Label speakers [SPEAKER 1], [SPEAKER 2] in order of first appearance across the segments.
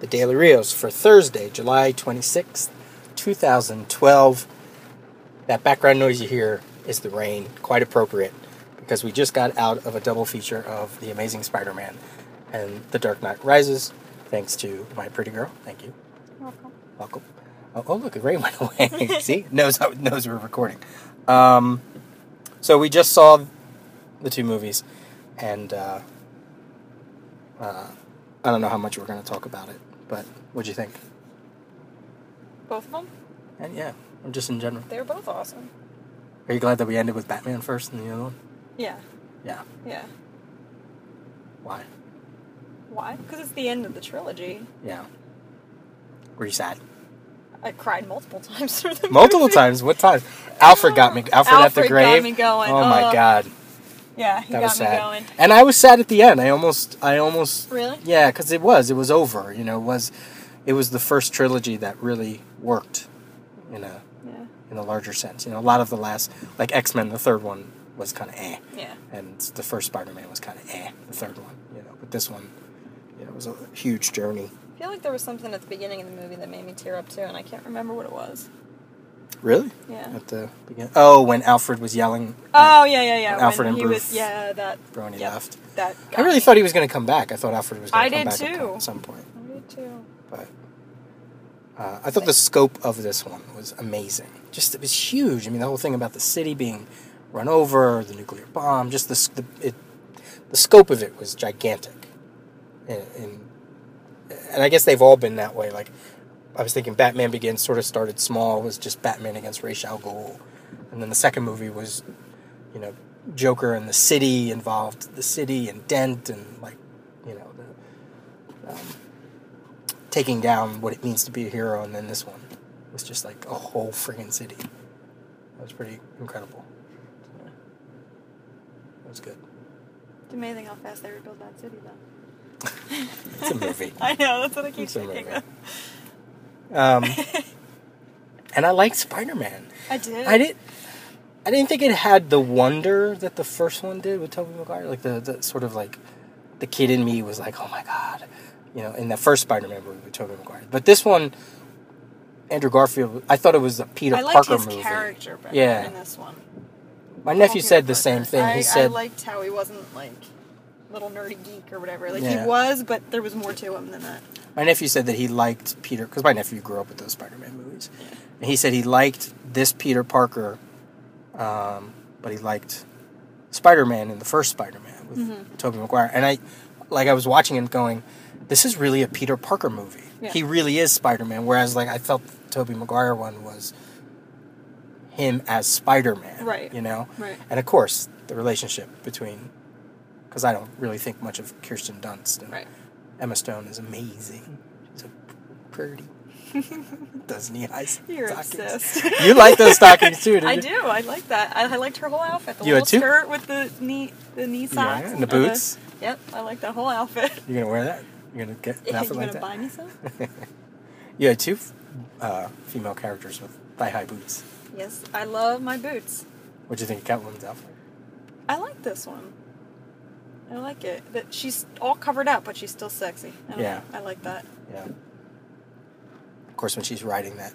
[SPEAKER 1] the Daily Rios for Thursday, July 26th, 2012. That background noise you hear is the rain, quite appropriate, because we just got out of a double feature of The Amazing Spider Man and The Dark Knight Rises, thanks to my pretty girl. Thank you.
[SPEAKER 2] Welcome.
[SPEAKER 1] Welcome. Oh, oh, look, the rain went away. See, knows knows we're recording. Um, so we just saw the two movies, and uh, uh, I don't know how much we're going to talk about it, but what'd you think?
[SPEAKER 2] Both of them?
[SPEAKER 1] And yeah, or just in general.
[SPEAKER 2] They're both awesome.
[SPEAKER 1] Are you glad that we ended with Batman first and the other one?
[SPEAKER 2] Yeah.
[SPEAKER 1] Yeah.
[SPEAKER 2] Yeah.
[SPEAKER 1] Why?
[SPEAKER 2] Why? Because it's the end of the trilogy.
[SPEAKER 1] Yeah. Were you sad?
[SPEAKER 2] I cried multiple times through the
[SPEAKER 1] Multiple
[SPEAKER 2] movie.
[SPEAKER 1] times. What times? Alfred got me. Alfred, at the
[SPEAKER 2] Alfred got
[SPEAKER 1] grave.
[SPEAKER 2] me going.
[SPEAKER 1] Oh my
[SPEAKER 2] Ugh.
[SPEAKER 1] god.
[SPEAKER 2] Yeah, he
[SPEAKER 1] that
[SPEAKER 2] got
[SPEAKER 1] was
[SPEAKER 2] me
[SPEAKER 1] sad.
[SPEAKER 2] going.
[SPEAKER 1] And I was sad at the end. I almost, I almost,
[SPEAKER 2] Really?
[SPEAKER 1] yeah, because it was, it was over. You know, it was, it was the first trilogy that really worked, in a
[SPEAKER 2] Yeah.
[SPEAKER 1] in a larger sense. You know, a lot of the last, like X Men, the third one was kind of eh,
[SPEAKER 2] Yeah.
[SPEAKER 1] and the first Spider Man was kind of eh, the third one. You know, but this one, you know, was a huge journey.
[SPEAKER 2] I feel like there was something at the beginning of the movie that made me tear up too, and I can't remember what it was.
[SPEAKER 1] Really?
[SPEAKER 2] Yeah.
[SPEAKER 1] At the beginning. Oh, when Alfred was yelling.
[SPEAKER 2] Oh yeah, yeah, yeah.
[SPEAKER 1] Alfred
[SPEAKER 2] when
[SPEAKER 1] and
[SPEAKER 2] he
[SPEAKER 1] Bruce
[SPEAKER 2] was yeah that
[SPEAKER 1] When he
[SPEAKER 2] yeah,
[SPEAKER 1] left.
[SPEAKER 2] That
[SPEAKER 1] I really thought he was going to come back. I thought Alfred was going
[SPEAKER 2] I
[SPEAKER 1] to come
[SPEAKER 2] did
[SPEAKER 1] back at-
[SPEAKER 2] too.
[SPEAKER 1] at some point.
[SPEAKER 2] I did too.
[SPEAKER 1] but uh, I thought the scope of this one was amazing. Just it was huge. I mean, the whole thing about the city being run over, the nuclear bomb, just the s- the, it, the scope of it was gigantic. And, and and I guess they've all been that way. Like I was thinking, Batman Begins sort of started small, was just Batman against Ra's al Ghul, and then the second movie was, you know, Joker and the city involved, the city and Dent and like, you know, the um, taking down what it means to be a hero, and then this one was just like a whole friggin' city. That was pretty incredible. Yeah. That was good.
[SPEAKER 2] It's amazing how fast they rebuilt that city though.
[SPEAKER 1] It's a movie.
[SPEAKER 2] I know that's what I keep
[SPEAKER 1] It's a
[SPEAKER 2] thinking.
[SPEAKER 1] movie.
[SPEAKER 2] Of.
[SPEAKER 1] Um, and I like Spider Man.
[SPEAKER 2] I did.
[SPEAKER 1] I didn't. I didn't think it had the wonder that the first one did with Tobey Maguire. Like the, the sort of like the kid in me was like, oh my god, you know, in the first Spider-Man movie with Tobey Maguire. But this one, Andrew Garfield, I thought it was a Peter
[SPEAKER 2] I liked
[SPEAKER 1] Parker
[SPEAKER 2] his
[SPEAKER 1] movie.
[SPEAKER 2] character better
[SPEAKER 1] Yeah.
[SPEAKER 2] in this one.
[SPEAKER 1] My nephew
[SPEAKER 2] Peter
[SPEAKER 1] said the
[SPEAKER 2] Parker.
[SPEAKER 1] same thing.
[SPEAKER 2] I,
[SPEAKER 1] he
[SPEAKER 2] I
[SPEAKER 1] said,
[SPEAKER 2] liked how he wasn't like little nerdy geek or whatever. Like
[SPEAKER 1] Yeah.
[SPEAKER 2] he was, but there was more to him than that.
[SPEAKER 1] My nephew said that he liked Peter because my nephew grew up with those Spider-Man movies, and he said he liked this Peter Parker, um, but he liked Spider-Man in the first Spider-Man with
[SPEAKER 2] Mm-hmm.
[SPEAKER 1] Tobey Maguire. And I, like, I was watching him going, "This is really a Peter Parker movie.
[SPEAKER 2] Yeah.
[SPEAKER 1] He really is Spider-Man." Whereas, like, I felt the Tobey Maguire one was him as Spider-Man,
[SPEAKER 2] Right.
[SPEAKER 1] You know,
[SPEAKER 2] Right.
[SPEAKER 1] And of course, the relationship between, because I don't really think much of Kirsten Dunst, and
[SPEAKER 2] Right.
[SPEAKER 1] Emma Stone is amazing. She's a pretty. Does knee high
[SPEAKER 2] You're
[SPEAKER 1] stockings.
[SPEAKER 2] obsessed.
[SPEAKER 1] You like those stockings too, didn't
[SPEAKER 2] I
[SPEAKER 1] you?
[SPEAKER 2] do. I like that. I, I liked her whole outfit. The
[SPEAKER 1] You had two?
[SPEAKER 2] little skirt with the knee, the knee socks,
[SPEAKER 1] and the boots?
[SPEAKER 2] yep, I like that whole outfit.
[SPEAKER 1] You're gonna wear that? You're gonna get
[SPEAKER 2] you
[SPEAKER 1] an outfit
[SPEAKER 2] gonna
[SPEAKER 1] like that?
[SPEAKER 2] buy me some?
[SPEAKER 1] You had two uh, female characters with thigh high boots.
[SPEAKER 2] yes, I love my boots.
[SPEAKER 1] What do you think of Catwoman's outfit?
[SPEAKER 2] I like this one. I like it. That she's all covered up, but she's still sexy. I don't
[SPEAKER 1] Yeah.
[SPEAKER 2] know. I like that.
[SPEAKER 1] Yeah. Of course, when she's riding that.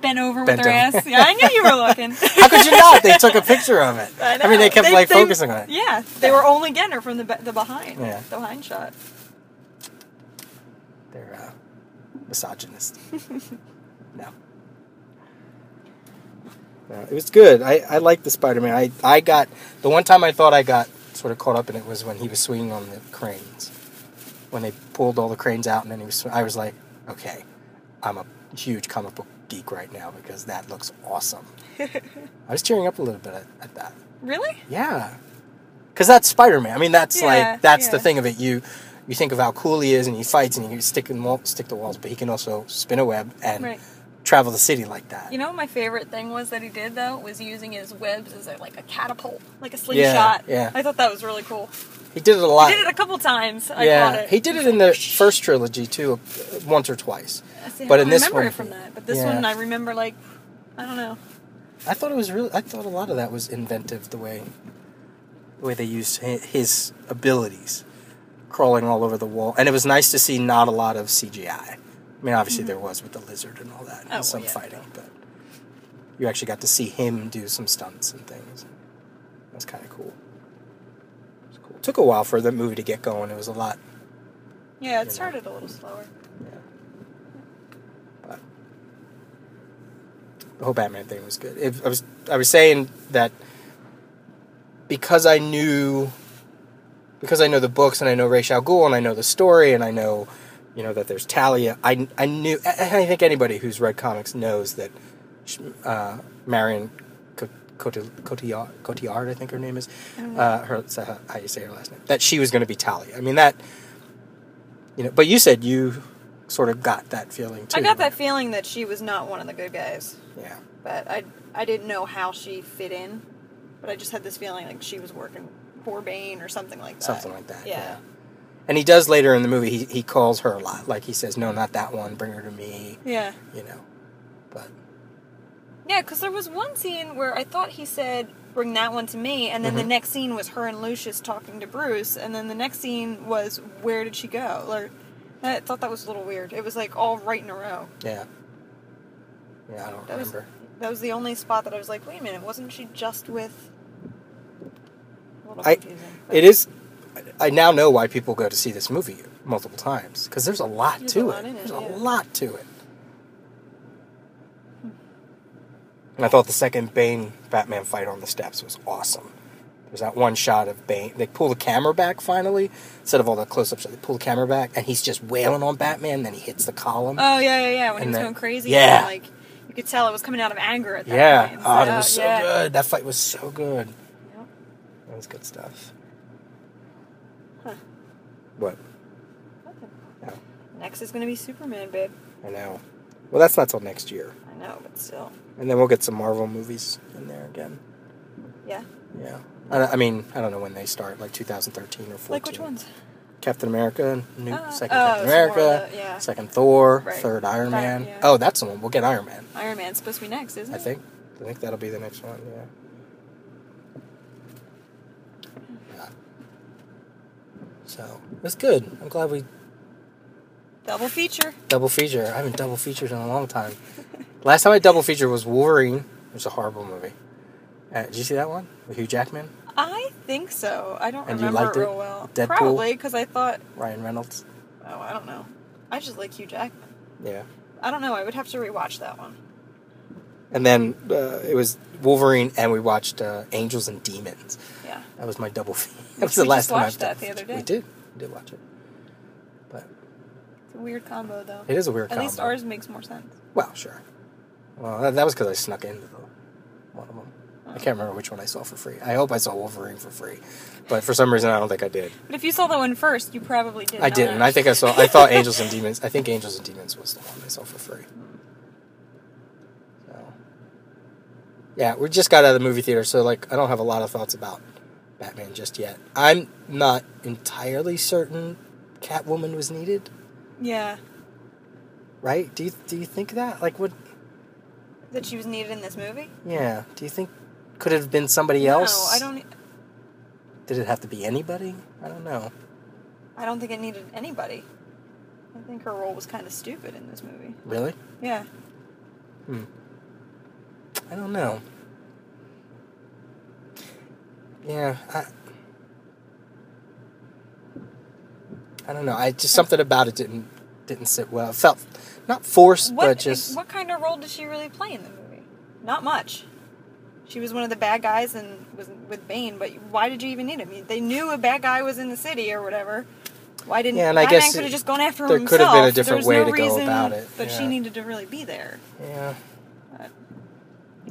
[SPEAKER 2] Bent over
[SPEAKER 1] Bent
[SPEAKER 2] with her
[SPEAKER 1] over.
[SPEAKER 2] ass. Yeah, I knew you were looking.
[SPEAKER 1] How could you not? They took a picture of it.
[SPEAKER 2] I, know.
[SPEAKER 1] mean, they kept like
[SPEAKER 2] they-
[SPEAKER 1] focusing on it.
[SPEAKER 2] Yeah, they were only getting her from the be- the behind,
[SPEAKER 1] Yeah.
[SPEAKER 2] the behind shot.
[SPEAKER 1] They're uh, misogynist. no. No, it was good. I, I liked the Spider Man. I, I got the one time I thought I got sort of caught up in it was when he was swinging on the cranes. When they pulled all the cranes out and then he was, sw- I was like, okay, I'm a huge comic book geek right now because that looks awesome. I was cheering up a little bit at, at that.
[SPEAKER 2] Really?
[SPEAKER 1] Yeah, because that's Spider Man. I mean, that's
[SPEAKER 2] Yeah,
[SPEAKER 1] like that's the
[SPEAKER 2] yeah.
[SPEAKER 1] thing of it. You you think of how cool he is, and he fights, and he can stick in wall, stick to walls, but he can also spin a web and
[SPEAKER 2] Right.
[SPEAKER 1] travel the city like that.
[SPEAKER 2] You know, what my favorite thing was that he did though was using his webs as a, like a catapult, like a
[SPEAKER 1] Yeah,
[SPEAKER 2] slingshot.
[SPEAKER 1] yeah.
[SPEAKER 2] I thought that was really cool.
[SPEAKER 1] he did it a lot.
[SPEAKER 2] He did it a couple times. I
[SPEAKER 1] yeah,
[SPEAKER 2] caught it.
[SPEAKER 1] he did it in the first trilogy too, uh, once or twice.
[SPEAKER 2] I see, I
[SPEAKER 1] but
[SPEAKER 2] don't
[SPEAKER 1] in this
[SPEAKER 2] remember
[SPEAKER 1] one,
[SPEAKER 2] it from that. But this
[SPEAKER 1] yeah.
[SPEAKER 2] one, I remember like, I don't know.
[SPEAKER 1] I thought it was really. I thought a lot of that was inventive. The way, the way they used hi- his abilities, crawling all over the wall, and it was nice to see not a lot of CGI. I mean, obviously there was with the lizard and all that,
[SPEAKER 2] Mm-hmm. Oh,
[SPEAKER 1] and some
[SPEAKER 2] yeah.
[SPEAKER 1] fighting, but you actually got to see him do some stunts and things. That's kind of cool. It was cool. Took a while for the movie to get going. It was a lot.
[SPEAKER 2] Yeah, it started a little slower.
[SPEAKER 1] But the whole Batman thing was good. If I was I was saying that because I knew because I know the books and I know Ra's al Ghul and I know the story and I know you know that there's Talia. I I knew. and I think anybody who's read comics knows that uh, Marion Co- Cotillard, Cotillard, Cotillard, I think her name is.
[SPEAKER 2] Mm-hmm.
[SPEAKER 1] Uh, her that's how how you say her last name. That she was going to be Talia. I mean that. You know, but you said you sort of got that feeling too.
[SPEAKER 2] I got that
[SPEAKER 1] right?
[SPEAKER 2] feeling that she was not one of the good guys,
[SPEAKER 1] Yeah.
[SPEAKER 2] but I I didn't know how she fit in. But I just had this feeling like she was working for Bane or something like that.
[SPEAKER 1] something like that.
[SPEAKER 2] Yeah.
[SPEAKER 1] And he does later in the movie. He he calls her a lot. Like he says, "No, not that one. Bring her to me."
[SPEAKER 2] Yeah.
[SPEAKER 1] You know, but
[SPEAKER 2] Yeah, because there was one scene where I thought he said, "Bring that one to me," and then
[SPEAKER 1] Mm-hmm.
[SPEAKER 2] the next scene was her and Lucius talking to Bruce, and then the next scene was where did she go? Or I thought that was a little weird. It was like all right in a row.
[SPEAKER 1] yeah, yeah. I don't
[SPEAKER 2] That was
[SPEAKER 1] remember.
[SPEAKER 2] that was the only spot that I was like, "Wait a minute, wasn't she just with?" A little
[SPEAKER 1] I-
[SPEAKER 2] confusing, but
[SPEAKER 1] It is. I now know why people go to see this movie multiple times because there's a lot
[SPEAKER 2] There's
[SPEAKER 1] to
[SPEAKER 2] a lot
[SPEAKER 1] it.
[SPEAKER 2] in it,
[SPEAKER 1] There's a
[SPEAKER 2] yeah.
[SPEAKER 1] lot to it. And I thought the second Bane Batman fight on the steps was awesome. There's that one shot of Bane. They pull the camera back finally instead of all the close-up shots. They pull the camera back and he's just wailing on Batman. Then he hits the column.
[SPEAKER 2] Oh yeah, yeah, yeah. When he
[SPEAKER 1] And
[SPEAKER 2] was
[SPEAKER 1] that-
[SPEAKER 2] going crazy,
[SPEAKER 1] yeah.
[SPEAKER 2] and, like you could tell it was coming out of anger at that
[SPEAKER 1] yeah,
[SPEAKER 2] point.
[SPEAKER 1] oh, that was so
[SPEAKER 2] yeah.
[SPEAKER 1] good. That fight was so good.
[SPEAKER 2] Yep.
[SPEAKER 1] That was good stuff.
[SPEAKER 2] Huh.
[SPEAKER 1] What?
[SPEAKER 2] Nothing.
[SPEAKER 1] No,
[SPEAKER 2] Next is gonna be Superman, babe.
[SPEAKER 1] I know. Well, that's not till next year.
[SPEAKER 2] I know, but still,
[SPEAKER 1] And then we'll get some Marvel movies in there again.
[SPEAKER 2] yeah.
[SPEAKER 1] Yeah. I, I mean, I don't know when they start, like 2013 or 14.
[SPEAKER 2] Like which ones?
[SPEAKER 1] Captain America, new
[SPEAKER 2] Uh,
[SPEAKER 1] second
[SPEAKER 2] oh,
[SPEAKER 1] Captain
[SPEAKER 2] it's more of
[SPEAKER 1] America,
[SPEAKER 2] the- yeah.
[SPEAKER 1] second Thor,
[SPEAKER 2] Right.
[SPEAKER 1] third Iron
[SPEAKER 2] Iron-
[SPEAKER 1] Man.
[SPEAKER 2] yeah. Mm-hmm.
[SPEAKER 1] Oh, that's the one. We'll get Iron Man,
[SPEAKER 2] Iron Man's supposed to be next, isn't it?
[SPEAKER 1] I think. I think that'll be the next one, yeah. Yeah. So, it's good. I'm glad we
[SPEAKER 2] Double feature.
[SPEAKER 1] double feature. I haven't double featured in a long time. Last time I double featured was Wolverine, which is a horrible movie. Uh, did you see that one? With Hugh Jackman,
[SPEAKER 2] I think so. I don't
[SPEAKER 1] And you
[SPEAKER 2] remember
[SPEAKER 1] liked
[SPEAKER 2] it
[SPEAKER 1] it?
[SPEAKER 2] real well.
[SPEAKER 1] Deadpool?
[SPEAKER 2] Probably because I thought,
[SPEAKER 1] Ryan Reynolds.
[SPEAKER 2] oh, I don't know. I just like Hugh Jackman.
[SPEAKER 1] Yeah.
[SPEAKER 2] I don't know. I would have to rewatch that one.
[SPEAKER 1] And then uh, it was Wolverine, and we watched uh, Angels and Demons.
[SPEAKER 2] Yeah.
[SPEAKER 1] That was my double feature. That was
[SPEAKER 2] We
[SPEAKER 1] the last
[SPEAKER 2] just
[SPEAKER 1] time
[SPEAKER 2] watched
[SPEAKER 1] I've
[SPEAKER 2] that
[SPEAKER 1] double
[SPEAKER 2] the other
[SPEAKER 1] featured. We
[SPEAKER 2] day.
[SPEAKER 1] did. We did watch it. But
[SPEAKER 2] It's a weird combo, though.
[SPEAKER 1] it is a weird
[SPEAKER 2] At least
[SPEAKER 1] combo.
[SPEAKER 2] ours makes more sense.
[SPEAKER 1] Well, sure. Well, that, that was because I snuck into the, one of them.
[SPEAKER 2] Oh.
[SPEAKER 1] I can't remember which one I saw for free. I hope I saw Wolverine for free, but for some reason I don't think I did.
[SPEAKER 2] But if you saw the one first, you probably did.
[SPEAKER 1] I
[SPEAKER 2] not.
[SPEAKER 1] didn't. I think I saw. I thought Angels and Demons. I think Angels and Demons was the one I saw for free. So, yeah, we just got out of the movie theater, so like I don't have a lot of thoughts about Batman just yet. I'm not entirely certain Catwoman was needed,
[SPEAKER 2] Yeah.
[SPEAKER 1] right? Do you do you think that? Like, what?
[SPEAKER 2] That she was needed in this movie.
[SPEAKER 1] Yeah. Do you think could it have been somebody
[SPEAKER 2] No,
[SPEAKER 1] else?
[SPEAKER 2] I don't. e,
[SPEAKER 1] Did it have to be anybody? I don't know.
[SPEAKER 2] I don't think it needed anybody. I think her role was kind of stupid in this movie.
[SPEAKER 1] Really?
[SPEAKER 2] Yeah.
[SPEAKER 1] Hmm. I don't know. Yeah, I. I don't know. I just something about it didn't didn't sit well. It felt not forced,
[SPEAKER 2] What,
[SPEAKER 1] but just
[SPEAKER 2] what kind of role did she really play in the movie? Not much. She was one of the bad guys and was with Bane, but why did you even need him? You- They knew a bad guy was in the city or whatever. Why didn't
[SPEAKER 1] Yeah, and I
[SPEAKER 2] Batman
[SPEAKER 1] guess
[SPEAKER 2] could have
[SPEAKER 1] it-
[SPEAKER 2] just gone after him
[SPEAKER 1] there
[SPEAKER 2] himself?
[SPEAKER 1] could have been a
[SPEAKER 2] There
[SPEAKER 1] different
[SPEAKER 2] was
[SPEAKER 1] way
[SPEAKER 2] no
[SPEAKER 1] to go
[SPEAKER 2] reason,
[SPEAKER 1] about it,
[SPEAKER 2] But she
[SPEAKER 1] yeah.
[SPEAKER 2] needed to really be there.
[SPEAKER 1] yeah.
[SPEAKER 2] But-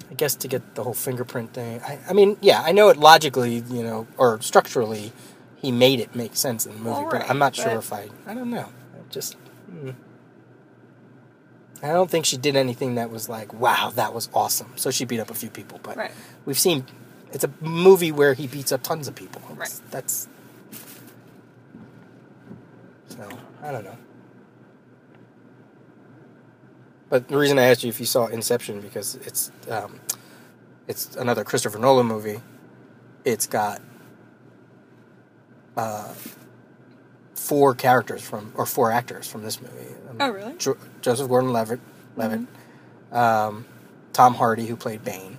[SPEAKER 1] I guess to get the whole fingerprint thing. I, I mean, yeah, I know it logically, you know, or structurally, he made it make sense in the movie,
[SPEAKER 2] Well,
[SPEAKER 1] but
[SPEAKER 2] right,
[SPEAKER 1] I'm not sure
[SPEAKER 2] but-
[SPEAKER 1] if I. I don't know. I just. mm. I don't think she did anything that was like, wow, that was awesome. So she beat up a few people, but
[SPEAKER 2] Right.
[SPEAKER 1] we've seen. It's a movie where he beats up tons of people. It's-
[SPEAKER 2] Right.
[SPEAKER 1] That's. So, I don't know. But the reason I asked you if you saw Inception because it's um, it's another Christopher Nolan movie. It's got uh, four characters from or four actors from this movie. Um,
[SPEAKER 2] Oh, really? Mm-hmm.
[SPEAKER 1] Jo- Joseph Gordon-Levitt, Levitt, um, Tom Hardy who played Bane,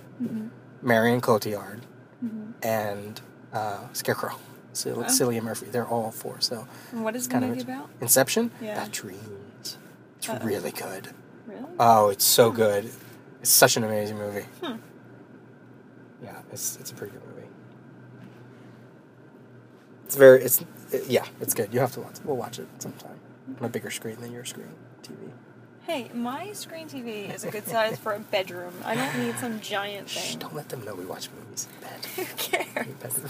[SPEAKER 1] Marion Cotillard, Mm-hmm. and uh, Scarecrow, Cel-
[SPEAKER 2] Wow.
[SPEAKER 1] Celia Murphy. They're all four. So
[SPEAKER 2] And what is the
[SPEAKER 1] kind of
[SPEAKER 2] movie
[SPEAKER 1] it.
[SPEAKER 2] about?
[SPEAKER 1] Inception,
[SPEAKER 2] Yeah.
[SPEAKER 1] the dreams. It's
[SPEAKER 2] Uh-oh.
[SPEAKER 1] really good.
[SPEAKER 2] Really?
[SPEAKER 1] Oh, it's so good. It's such an amazing movie.
[SPEAKER 2] Hmm.
[SPEAKER 1] Yeah, it's it's a pretty good movie. It's very it's it- yeah, it's good. You have to watch. We'll watch it sometime on a bigger screen than your screen TV.
[SPEAKER 2] Hey, my screen TV is a good size for a bedroom. I don't need some giant
[SPEAKER 1] Shh,
[SPEAKER 2] thing.
[SPEAKER 1] don't let them know we watch movies in bed.
[SPEAKER 2] Who cares?
[SPEAKER 1] In bedroom.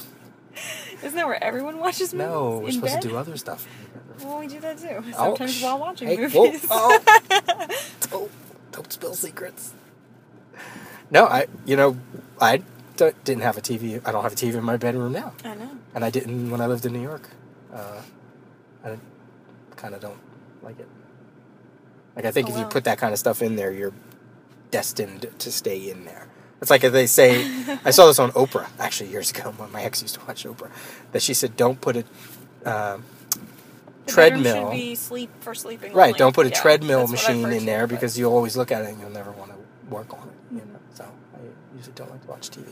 [SPEAKER 2] Isn't that where everyone watches movies?
[SPEAKER 1] No, we're
[SPEAKER 2] In
[SPEAKER 1] supposed
[SPEAKER 2] bed?
[SPEAKER 1] to do other stuff. in the bedroom.
[SPEAKER 2] Well, we do that too.
[SPEAKER 1] Oh,
[SPEAKER 2] Sometimes
[SPEAKER 1] shh.
[SPEAKER 2] while watching
[SPEAKER 1] Hey, whoa,
[SPEAKER 2] movies.
[SPEAKER 1] oh. Oh, don't spill secrets. No, I you know I d- didn't have a TV. I don't have a TV in my bedroom now.
[SPEAKER 2] I know.
[SPEAKER 1] and I didn't when I lived in New York. Uh, I kind of don't like it. Like I think
[SPEAKER 2] Oh,
[SPEAKER 1] if you
[SPEAKER 2] wow.
[SPEAKER 1] put that kind of stuff in there, you're destined to stay in there. It's like if they say. I saw this on Oprah actually years ago when my ex used to watch Oprah, that she said don't put a um
[SPEAKER 2] The bedroom
[SPEAKER 1] treadmill.
[SPEAKER 2] should be sleep for sleeping.
[SPEAKER 1] Right,
[SPEAKER 2] only.
[SPEAKER 1] don't put a
[SPEAKER 2] Yeah,
[SPEAKER 1] treadmill
[SPEAKER 2] that's what I've
[SPEAKER 1] machine
[SPEAKER 2] heard
[SPEAKER 1] in
[SPEAKER 2] too,
[SPEAKER 1] there
[SPEAKER 2] but-
[SPEAKER 1] because you'll always look at it and you'll never want to work on it. You
[SPEAKER 2] Mhm.
[SPEAKER 1] know? So I usually don't like to watch TV.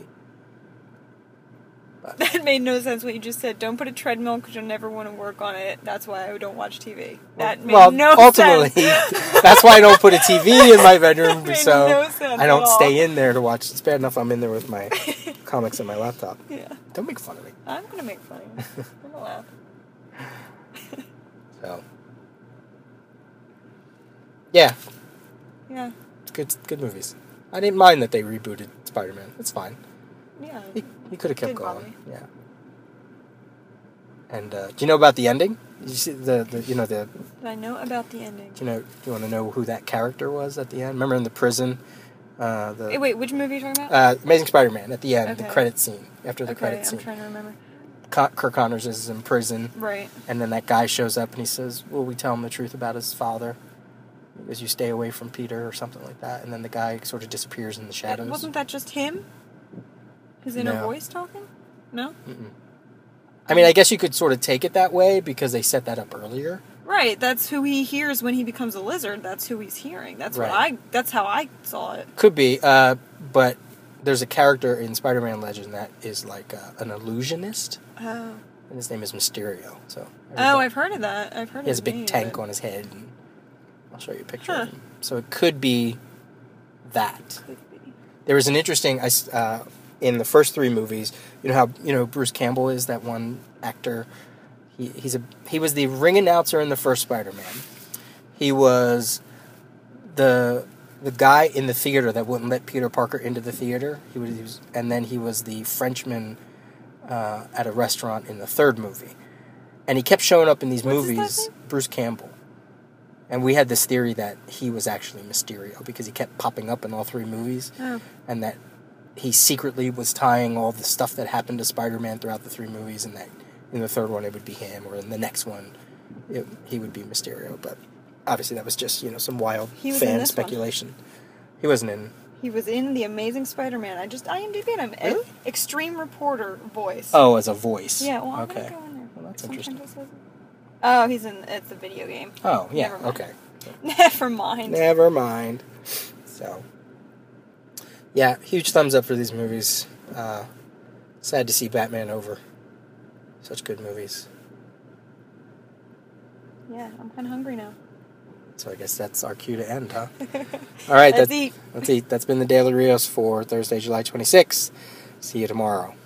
[SPEAKER 1] But
[SPEAKER 2] That made no sense what you just said. Don't put a treadmill because you'll never want to work on it. That's why I don't watch TV. That made no
[SPEAKER 1] ultimately,
[SPEAKER 2] sense.
[SPEAKER 1] that's why I don't put a TV in my bedroom.
[SPEAKER 2] Made
[SPEAKER 1] so
[SPEAKER 2] no sense
[SPEAKER 1] I don't
[SPEAKER 2] at all.
[SPEAKER 1] stay in there to watch. It's bad enough I'm in there with my comics and my laptop.
[SPEAKER 2] Yeah,
[SPEAKER 1] Don't make fun of me.
[SPEAKER 2] I'm gonna make fun of you. I'm gonna laugh.
[SPEAKER 1] So yeah,
[SPEAKER 2] Yeah,
[SPEAKER 1] it's good, good movies. I didn't mind that they rebooted Spider Man. It's fine.
[SPEAKER 2] yeah.
[SPEAKER 1] He, he could have kept
[SPEAKER 2] Didn't bother
[SPEAKER 1] going.
[SPEAKER 2] me.
[SPEAKER 1] Yeah. And uh, do you know about the ending? Did you see the, the you know the
[SPEAKER 2] Did I know about the ending?
[SPEAKER 1] you know you want to know who that character was at the end? Remember in the prison, uh, the
[SPEAKER 2] Eh, Wait, which movie are you talking about?
[SPEAKER 1] Uh, Amazing Spider-Man at the end, the
[SPEAKER 2] Okay.
[SPEAKER 1] credit scene after the
[SPEAKER 2] okay,
[SPEAKER 1] credit
[SPEAKER 2] I'm
[SPEAKER 1] scene.
[SPEAKER 2] trying to remember.
[SPEAKER 1] Co- Kirk Connors is in prison,
[SPEAKER 2] Right.
[SPEAKER 1] and then that guy shows up and he says, "Will we tell him the truth about his father? As you stay away from Peter or something like that." And then the guy sort of disappears in the shadows.
[SPEAKER 2] Wasn't that just him? His inner
[SPEAKER 1] No.
[SPEAKER 2] voice talking? No.
[SPEAKER 1] Mm-mm. I mean, I guess you could sort of take it that way because they set that up earlier.
[SPEAKER 2] Right. That's who he hears when he becomes a lizard. That's who he's hearing. That's what
[SPEAKER 1] Right.
[SPEAKER 2] I. That's how I saw it.
[SPEAKER 1] Could be, uh, but there's a character in Spider-Man Legend that is like uh, an illusionist,
[SPEAKER 2] Oh.
[SPEAKER 1] and his name is Mysterio. So
[SPEAKER 2] Oh, I've heard of that. I've heard.
[SPEAKER 1] He has a
[SPEAKER 2] of
[SPEAKER 1] big tank on his head. And I'll show you a picture of him. So it could be that. There was an interesting. I s- Uh, in the first three movies, you know how you know Bruce Campbell is that one actor. He, he's a he was the ring announcer in the first Spider-Man. He was the the guy in the theater that wouldn't let Peter Parker into the theater. He was, he was and then he was the Frenchman uh, at a restaurant in the third movie. And he kept showing up in these
[SPEAKER 2] What's his last
[SPEAKER 1] movies, Bruce Campbell. And we had this theory that he was actually Mysterio because he kept popping up in all three movies
[SPEAKER 2] Oh.
[SPEAKER 1] and that he secretly was tying all the stuff that happened to Spider-Man throughout the three movies and that in the third one it would be him or in the next one it, he would be Mysterio, but obviously that was just, you know, some wild
[SPEAKER 2] He was in
[SPEAKER 1] fan
[SPEAKER 2] this one.
[SPEAKER 1] speculation. He wasn't in
[SPEAKER 2] He was in The Amazing Spider-Man. I just IMDb him. E-
[SPEAKER 1] Really?
[SPEAKER 2] Extreme reporter voice.
[SPEAKER 1] Oh, as a voice.
[SPEAKER 2] Yeah. Well, I'm
[SPEAKER 1] okay.
[SPEAKER 2] gonna go in there.
[SPEAKER 1] Well, that's
[SPEAKER 2] Sometimes
[SPEAKER 1] interesting.
[SPEAKER 2] this isn't- Oh, he's in. It's a video game.
[SPEAKER 1] Oh, yeah.
[SPEAKER 2] Never mind.
[SPEAKER 1] Okay.
[SPEAKER 2] Never mind.
[SPEAKER 1] Never mind. So, yeah, huge thumbs up for these movies. Uh, sad to see Batman over. Such good movies.
[SPEAKER 2] Yeah, I'm kind of hungry now.
[SPEAKER 1] So I guess that's our cue to end, huh? All right,
[SPEAKER 2] Let's
[SPEAKER 1] that's,
[SPEAKER 2] eat.
[SPEAKER 1] let's eat. That's been the Daily Rios for Thursday, July 26th. See you tomorrow.